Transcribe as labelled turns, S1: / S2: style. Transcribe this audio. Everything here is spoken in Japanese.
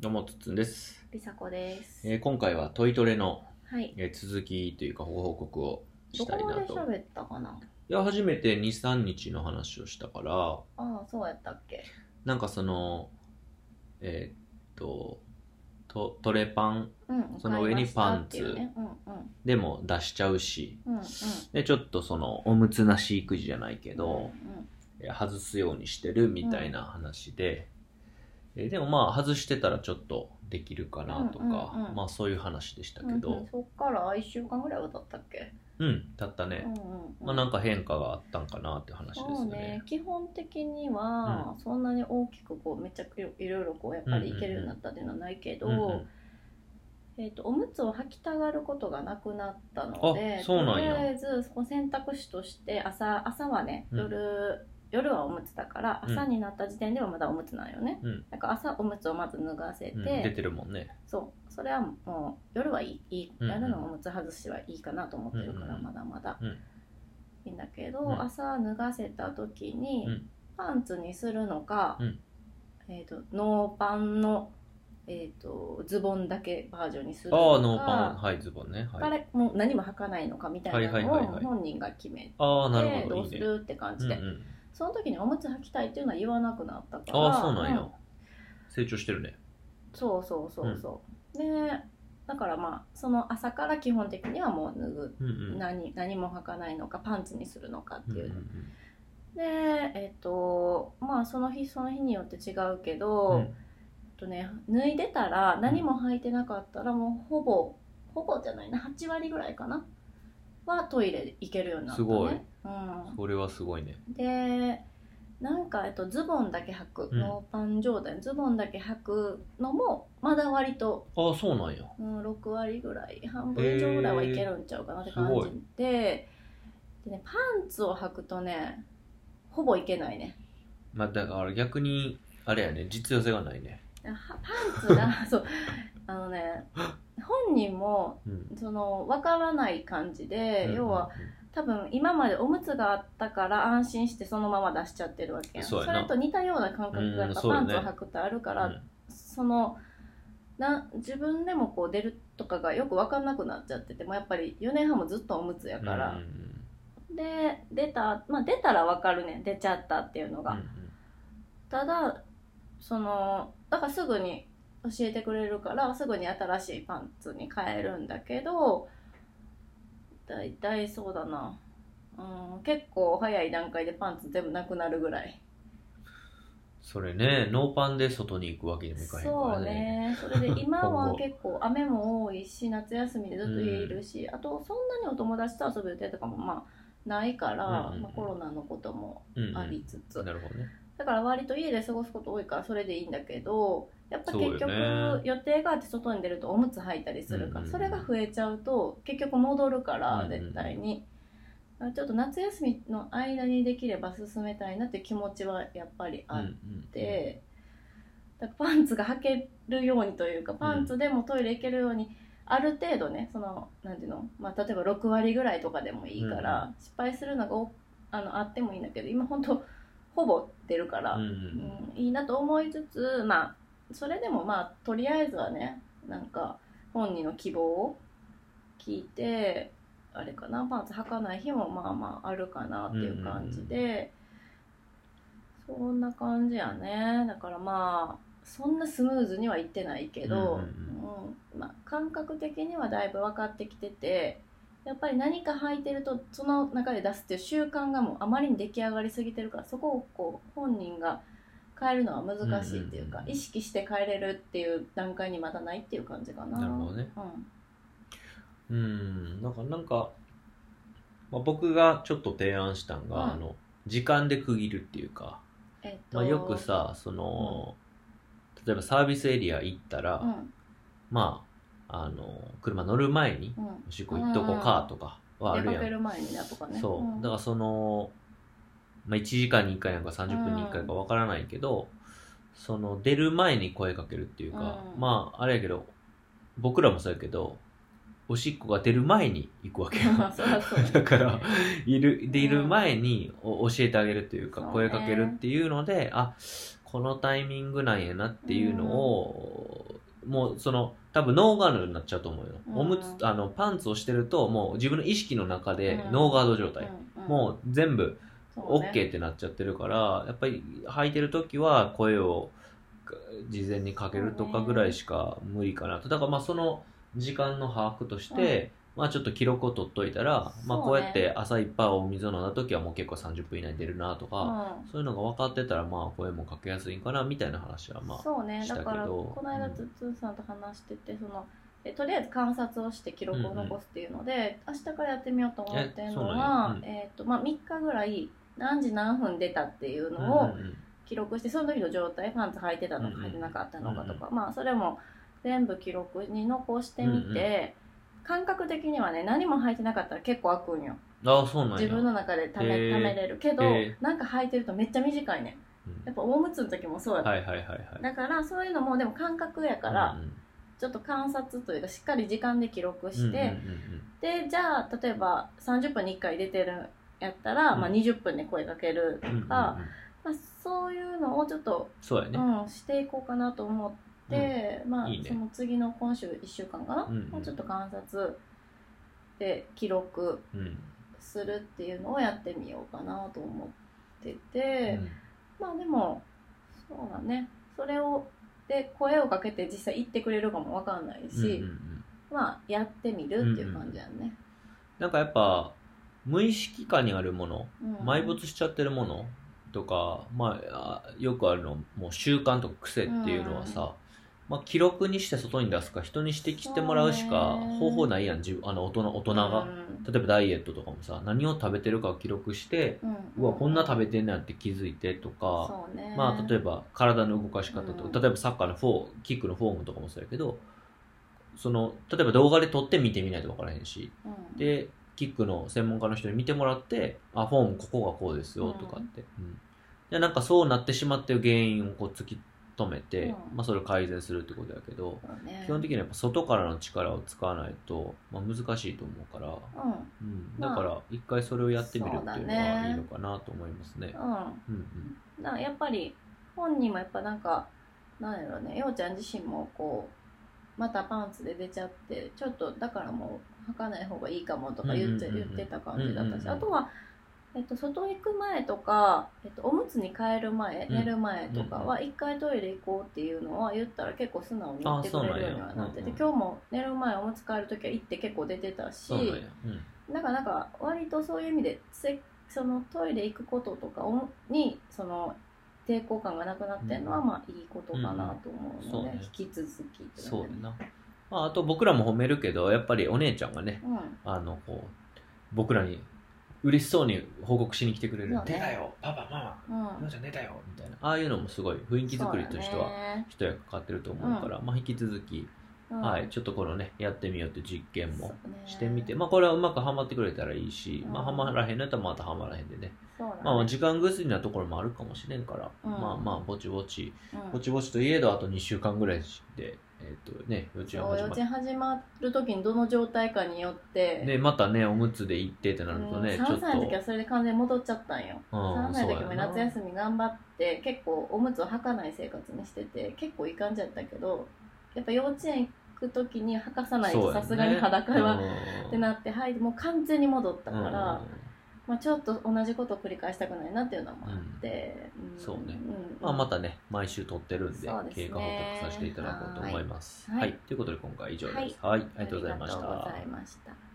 S1: どうも、つっつんです、
S2: りさこです。
S1: えー今回はトイトレの、
S2: はい。
S1: えー続きというかご報告を
S2: ど
S1: した
S2: こ
S1: い
S2: ま
S1: な
S2: で
S1: と。
S2: 喋ったかない
S1: や、初めて2、3日の話をしたから、
S2: ああ、そうやったっけ
S1: なんかその、えーっと、トトレパン
S2: うん。
S1: その上にパンツ
S2: 買いましたっていうねうんうん。
S1: でも出しちゃうし、
S2: うんうん。
S1: で、ちょっとその、おむつなし育児じゃないけ
S2: うん
S1: ど、
S2: うん
S1: えー外すようにしてるみたいな話で、えーでもまあ、外してたらちょっとできるかなとか、
S2: うんうんうん
S1: まあそういう話でしたけ
S2: うんうん
S1: ど、
S2: そっから一週間ぐらいは経ったっけ
S1: うん、たったね。
S2: うんうんうん。
S1: まあ、なんか変化があったんかなって話です
S2: そう
S1: よ
S2: ね
S1: ね。
S2: 基本的にはそんなに大きくこうめちゃくちゃいろいろこうやっぱりいけるようになったっていうのはないけど、
S1: うんうん
S2: えー、とおむつを履きたがることがなくなったので
S1: あそうなんや
S2: とりあえずそこ選択肢として朝朝はね
S1: うん
S2: 夜,、夜はおむつだから
S1: うん
S2: 朝になった時点ではまだおむつなんよね、
S1: うん
S2: だから朝おむつをまず脱がせて、
S1: うん出てるもんね。
S2: そうそれはもう夜はいいいい
S1: うんうん
S2: 夜のおむつ外しはいいかなと思ってるから、
S1: うんうん
S2: まだまだ、
S1: うん
S2: いいんだけど、
S1: うん
S2: 朝脱がせた時に、
S1: うん
S2: パンツにするのか、
S1: うん
S2: えー、とノーパンの、えー、とズボンだけバージョンにする
S1: あ
S2: の
S1: あ
S2: か
S1: ー、ノーパン、はい、ズボンね。
S2: か
S1: はい、
S2: らもう何も履かないのかみたいなの
S1: はいはいはいは
S2: を
S1: い
S2: 本人が決めて、
S1: ああ、なるほど、
S2: ど
S1: いうい
S2: す
S1: ね。
S2: るって感じで、
S1: うんうん、
S2: その時におむつ履きたいっていうのは言わなくなったから
S1: ああ、そうなんや、
S2: うん
S1: 成長してるね。
S2: そうそうそうそう、でだからまあその朝から基本的にはもう脱ぐ、
S1: うんうん。
S2: 何何も履かないのかパンツにするのかって
S1: うんう
S2: い
S1: ん
S2: う、
S1: うん
S2: でえっ、とまあその日その日によって違うけど、
S1: う
S2: えっ
S1: ん
S2: とね、脱いでたら何も履いてなかったらもうほぼほぼじゃないな8割ぐらいかなはトイレ行けるようになった、ね、
S1: すごい
S2: うん、
S1: それはすごいね。
S2: でなんか、えっと、ズボンだけ履く、
S1: うん
S2: ノーパン状態のズボンだけ履くのもまだ割と、
S1: ああ、そうなんや。
S2: うん、6割ぐらい半分以上ぐらいはいけるんちゃうかなって感
S1: えーす
S2: じで,、でね、パンツを履くとねほぼいけないね
S1: まあ、だから逆に、あれやね、実用性がないね。
S2: はパンツ がそうあのね本人も
S1: うん。
S2: その分からない感じで、要は、多分今までおむつがあったから安心してそのまま出しちゃってるわけやん
S1: そうやな
S2: れと似たような感覚がやっぱ
S1: うんそう
S2: パ
S1: だ
S2: ン
S1: ね
S2: ツを履くってある
S1: か
S2: か、
S1: ら
S2: そのな自分でもこう出るとかがよく分かんなくなっちゃっててもうやっぱり4年半もずっとおむつやから、で出た、まあ、出たら分かるねん出ちゃったっていうのが、ただそのだからすぐに教えてくれるからすぐに新しいパンツに変えるんだけどだいたいそうだな、うん、結構早い段階でパンツ全部なくなるぐらい
S1: それね、ノーパンで外に行くわけにもいかへんか
S2: そ
S1: ら
S2: う
S1: ね。
S2: ね それで今
S1: 今
S2: は
S1: 後
S2: 結構雨も多いし夏休みでずっと家いるし、あとそんなにお友達と遊ぶ予定とかもまあないから、
S1: うんうんうん
S2: まあ、コロナのことも
S1: そうね
S2: ありつつ、
S1: なるほどね。
S2: だから割と家で過ごすこと多いからそれでいいんだけどやっぱ結
S1: そう
S2: 局
S1: よね
S2: 予定があって外に出るとおむつ履いたりするか
S1: うん
S2: ら
S1: うん
S2: それが増えちゃうと結局戻る
S1: う
S2: か
S1: んう
S2: ら
S1: ん
S2: 絶対にだからちょっと夏休みの間にできれば進めたいなって気持ちはやっぱりあ
S1: うんう
S2: っ
S1: ん
S2: てだからパンツが履けるようにというかパンツでもトイレ行けるようにある程度ねそのなんていうのまあ例えば6割ぐらいとかでもいいから失敗するのがおあのあってもいいんだけど今本当ほぼ出るから
S1: うん。うん
S2: うんいいなと思いつつまあそれでもまあとりあえずはねなんか本人の希望を聞いてあれかなパンツ履かない日もまあまああるかなっていう感じで、そんな感じやねだからまあそんなスムーズにはいってないけど、
S1: うんうん
S2: うんまあ、感覚的にはだいぶ分かってきてて。やっぱり何か履いてるとその中で出すっていう習慣がもうあまりに出来上がりすぎてるからそこをこう本人が変えるのは難しいっていう
S1: う
S2: か、
S1: んうんうん
S2: 意識して変えれるっていう段階にまだないっていう感じかな。
S1: なるほどね。
S2: うん
S1: うん、なんか、なんか、まあ、僕がちょっと提案したんが、
S2: うん
S1: あの、時間で区切るっていうか、
S2: えっと
S1: まあ、よく、さ、その、例えばサービスエリア行ったら、
S2: うん
S1: まあ、あの、車乗る前に
S2: う、ん、
S1: おしっこ行っとこうかとかはあ
S2: 出
S1: る
S2: か
S1: や
S2: け
S1: ん。
S2: る前になとかね。
S1: そう。だからその、まあ、1時間に1回なんか30分に1回かわからないけど、その、出る前に声かけるっていうか、
S2: うん
S1: まあ、あれやけど、僕らもそうやけど、おしっこが出る前に行くわけよ。
S2: ら そりゃそう や
S1: だから、いる、でいる前にお教えてあげるというか、
S2: そうね
S1: 声かけるっていうので、あ、このタイミングなんやなっていうのを、もうその多分ノーガードになっちゃうと思うよ、
S2: うん
S1: おむつあのパンツをしてるともう自分の意識の中で
S2: うん
S1: ノーガード状態、
S2: うんうん
S1: もう全部
S2: そうね
S1: OK ってなっちゃってるから、やっぱり履いてる時は声をか事前にかけるとかぐらいしか無理かなとだからまあその時間の把握として、まあちょっと記録を取っといたら、まあ
S2: そうね
S1: こうやって朝一杯お水を飲んだ時はもう結構30分以内に出るなとか、
S2: うん
S1: そういうのが分かってたら、まあ、声もかけやすいんかな、みたいな話は、まあ。
S2: そうね
S1: したけ
S2: だ
S1: ど
S2: からこの間つつんさんと話しててそのえとりあえず観察をして記録を残すっていうので、明日からやってみようと思ってるの
S1: え
S2: は
S1: そうなんやうん
S2: えーとまあ、3日ぐらい何時何分出たっていうのを記録して、その時の状態パンツ履いてたの
S1: うんう
S2: か
S1: ん
S2: 履いてなかったのかとか、まあそれも全部記録に残してみて、感覚的にはね何も履いてなかったら結構開くんよ
S1: ああ、そうなんや。
S2: 自分の中でため,、
S1: へー
S2: ためれるけど、
S1: へ
S2: なんか履いてるとめっちゃ短いね
S1: うん
S2: やっぱ大ムツの時もそうやった、
S1: はいはいはいはい。
S2: だからそういうのもでも感覚やから、
S1: うんうん、
S2: ちょっと観察というかしっかり時間で記録して、
S1: うんうんうんうん
S2: でじゃあ例えば30分に1回出てるんやったら、
S1: うん
S2: まあ、20分で声かけるとか、
S1: うんうんうん
S2: まあ、そういうのをちょっと、
S1: そうやね。
S2: うん、していこうかなと思って、まあ
S1: いいね
S2: その次の今週1週間かな、
S1: うんうん
S2: もうちょっと観察で記録
S1: うん。
S2: するっていうのをやってみようかなと思ってて。
S1: うん
S2: まあでもそうだねそれをで声をかけて実際言ってくれるかもわかんないし、
S1: うんうんうん
S2: まあやってみるっていう感じやね、
S1: なんかやっぱ、無意識下にあるもの、
S2: うん
S1: 埋没しちゃってるものとか、まあ、あよくあるの、もう習慣とか癖っていうのはさ、まあ、記録にして外に出すか、人に指摘してもらうしか
S2: そうね
S1: 方法ないやん、自分、あの、大人、大人が。
S2: うん
S1: 例えばダイエットとかもさ何を食べてるかを記録して
S2: うん
S1: うわこんな食べてんなんって気づいてとか、
S2: そうね
S1: まあ例えば体の動かし方とか、
S2: うん
S1: 例えばサッカーのフォーキックのフォームとかもそうやけどその例えば動画で撮って見てみないと分からへんし
S2: うん
S1: でキックの専門家の人に見てもらってあフォームここがこうですよとかって、うんでなんかそうなってしまってる原因をこう突き止めて、
S2: うん
S1: まあ、それを改善するってことやけど
S2: そうね
S1: 基本的にはやっぱ外からの力を使わないと、まあ、難しいと思うから。
S2: うんうん
S1: うん、だ
S2: まあ
S1: から一回それをやってみるっていうの
S2: そうだ
S1: は
S2: ね
S1: いいのかなと思いますね。うんうん
S2: だからやっぱり本人もやっぱなんかなんやろねようちゃん自身もこうまたパンツで出ちゃってちょっとだからもう履かない方がいいかもとか言って,、
S1: うんうんうんうん
S2: 言ってた感じだったし、
S1: うんうんうん
S2: あとは、えっと、外行く前とか、えっと、おむつに変える前、
S1: うん
S2: 寝る前とかは一回トイレ行こうっていうのは言ったら結構素直に言ってくれるようにはなってて、
S1: あそうなんやうんうん
S2: 今日も寝る前おむつ変える時は行って結構出てたし
S1: そうなんや。うん
S2: なんかなんか割とそういう意味でせそのトイレ行くこととかをにその抵抗感がなくなってるのは
S1: うん
S2: まあいいことかなと思うので、
S1: うんそうね
S2: 引き続きって
S1: そう
S2: ね
S1: やな。まあ、あと僕らも褒めるけど、やっぱりお姉ちゃんがね、
S2: うん
S1: あの、こう、僕らに嬉しそうに報告しに来てくれる
S2: そ。うね
S1: 出たよ、パパ、マ
S2: うん
S1: マ、のうちゃん出たよ、みたいな。ああいうのもすごい雰囲気作りとして
S2: そう
S1: は
S2: だね
S1: 一役買ってると思うから、まあ引き続き、
S2: うん
S1: はい、ちょっとこのね、やってみようって実験も
S2: そうね
S1: してみて、まあこれはうまくハマってくれたらいいし、まあ
S2: うん
S1: ハマらへんのやったらまたハマらへんでね。
S2: そうだね
S1: まあ、時間ぐずりなところもあるかもしれんから、
S2: うん
S1: まあまあぼちぼち
S2: うん
S1: ぼちぼちといえどあと2週間ぐらいで、えっとね、幼稚園
S2: そ
S1: 始ま
S2: う幼稚
S1: っ
S2: 園始まる時にどの状態かによって、
S1: て、ね、またねおむつで行ってって
S2: う
S1: なる
S2: ん
S1: とね、ちょ
S2: 3
S1: っと
S2: 歳の時はそれで完全に戻っちゃったんよ、
S1: うん
S2: 3歳の時
S1: そう
S2: も
S1: やな
S2: 夏休み頑張って結構おむつを履かない生活にしてて結構いい感じやったけどやっぱ幼稚園行く時に履かさない
S1: そ
S2: と
S1: うや
S2: さ
S1: ね
S2: すがに裸は、
S1: うん
S2: ってなってはいもう完全に戻ったから、
S1: うん
S2: まあ、ちょっと同じことを繰り返したくないなっていうのもあって、ん
S1: そうね
S2: ん
S1: まあ、またね毎週撮ってるんで
S2: そうですね
S1: 経過報告させていただこうと思います。
S2: はい
S1: はい、ということで今回は以上です。はい、ありがとうございました。
S2: ありがとうございました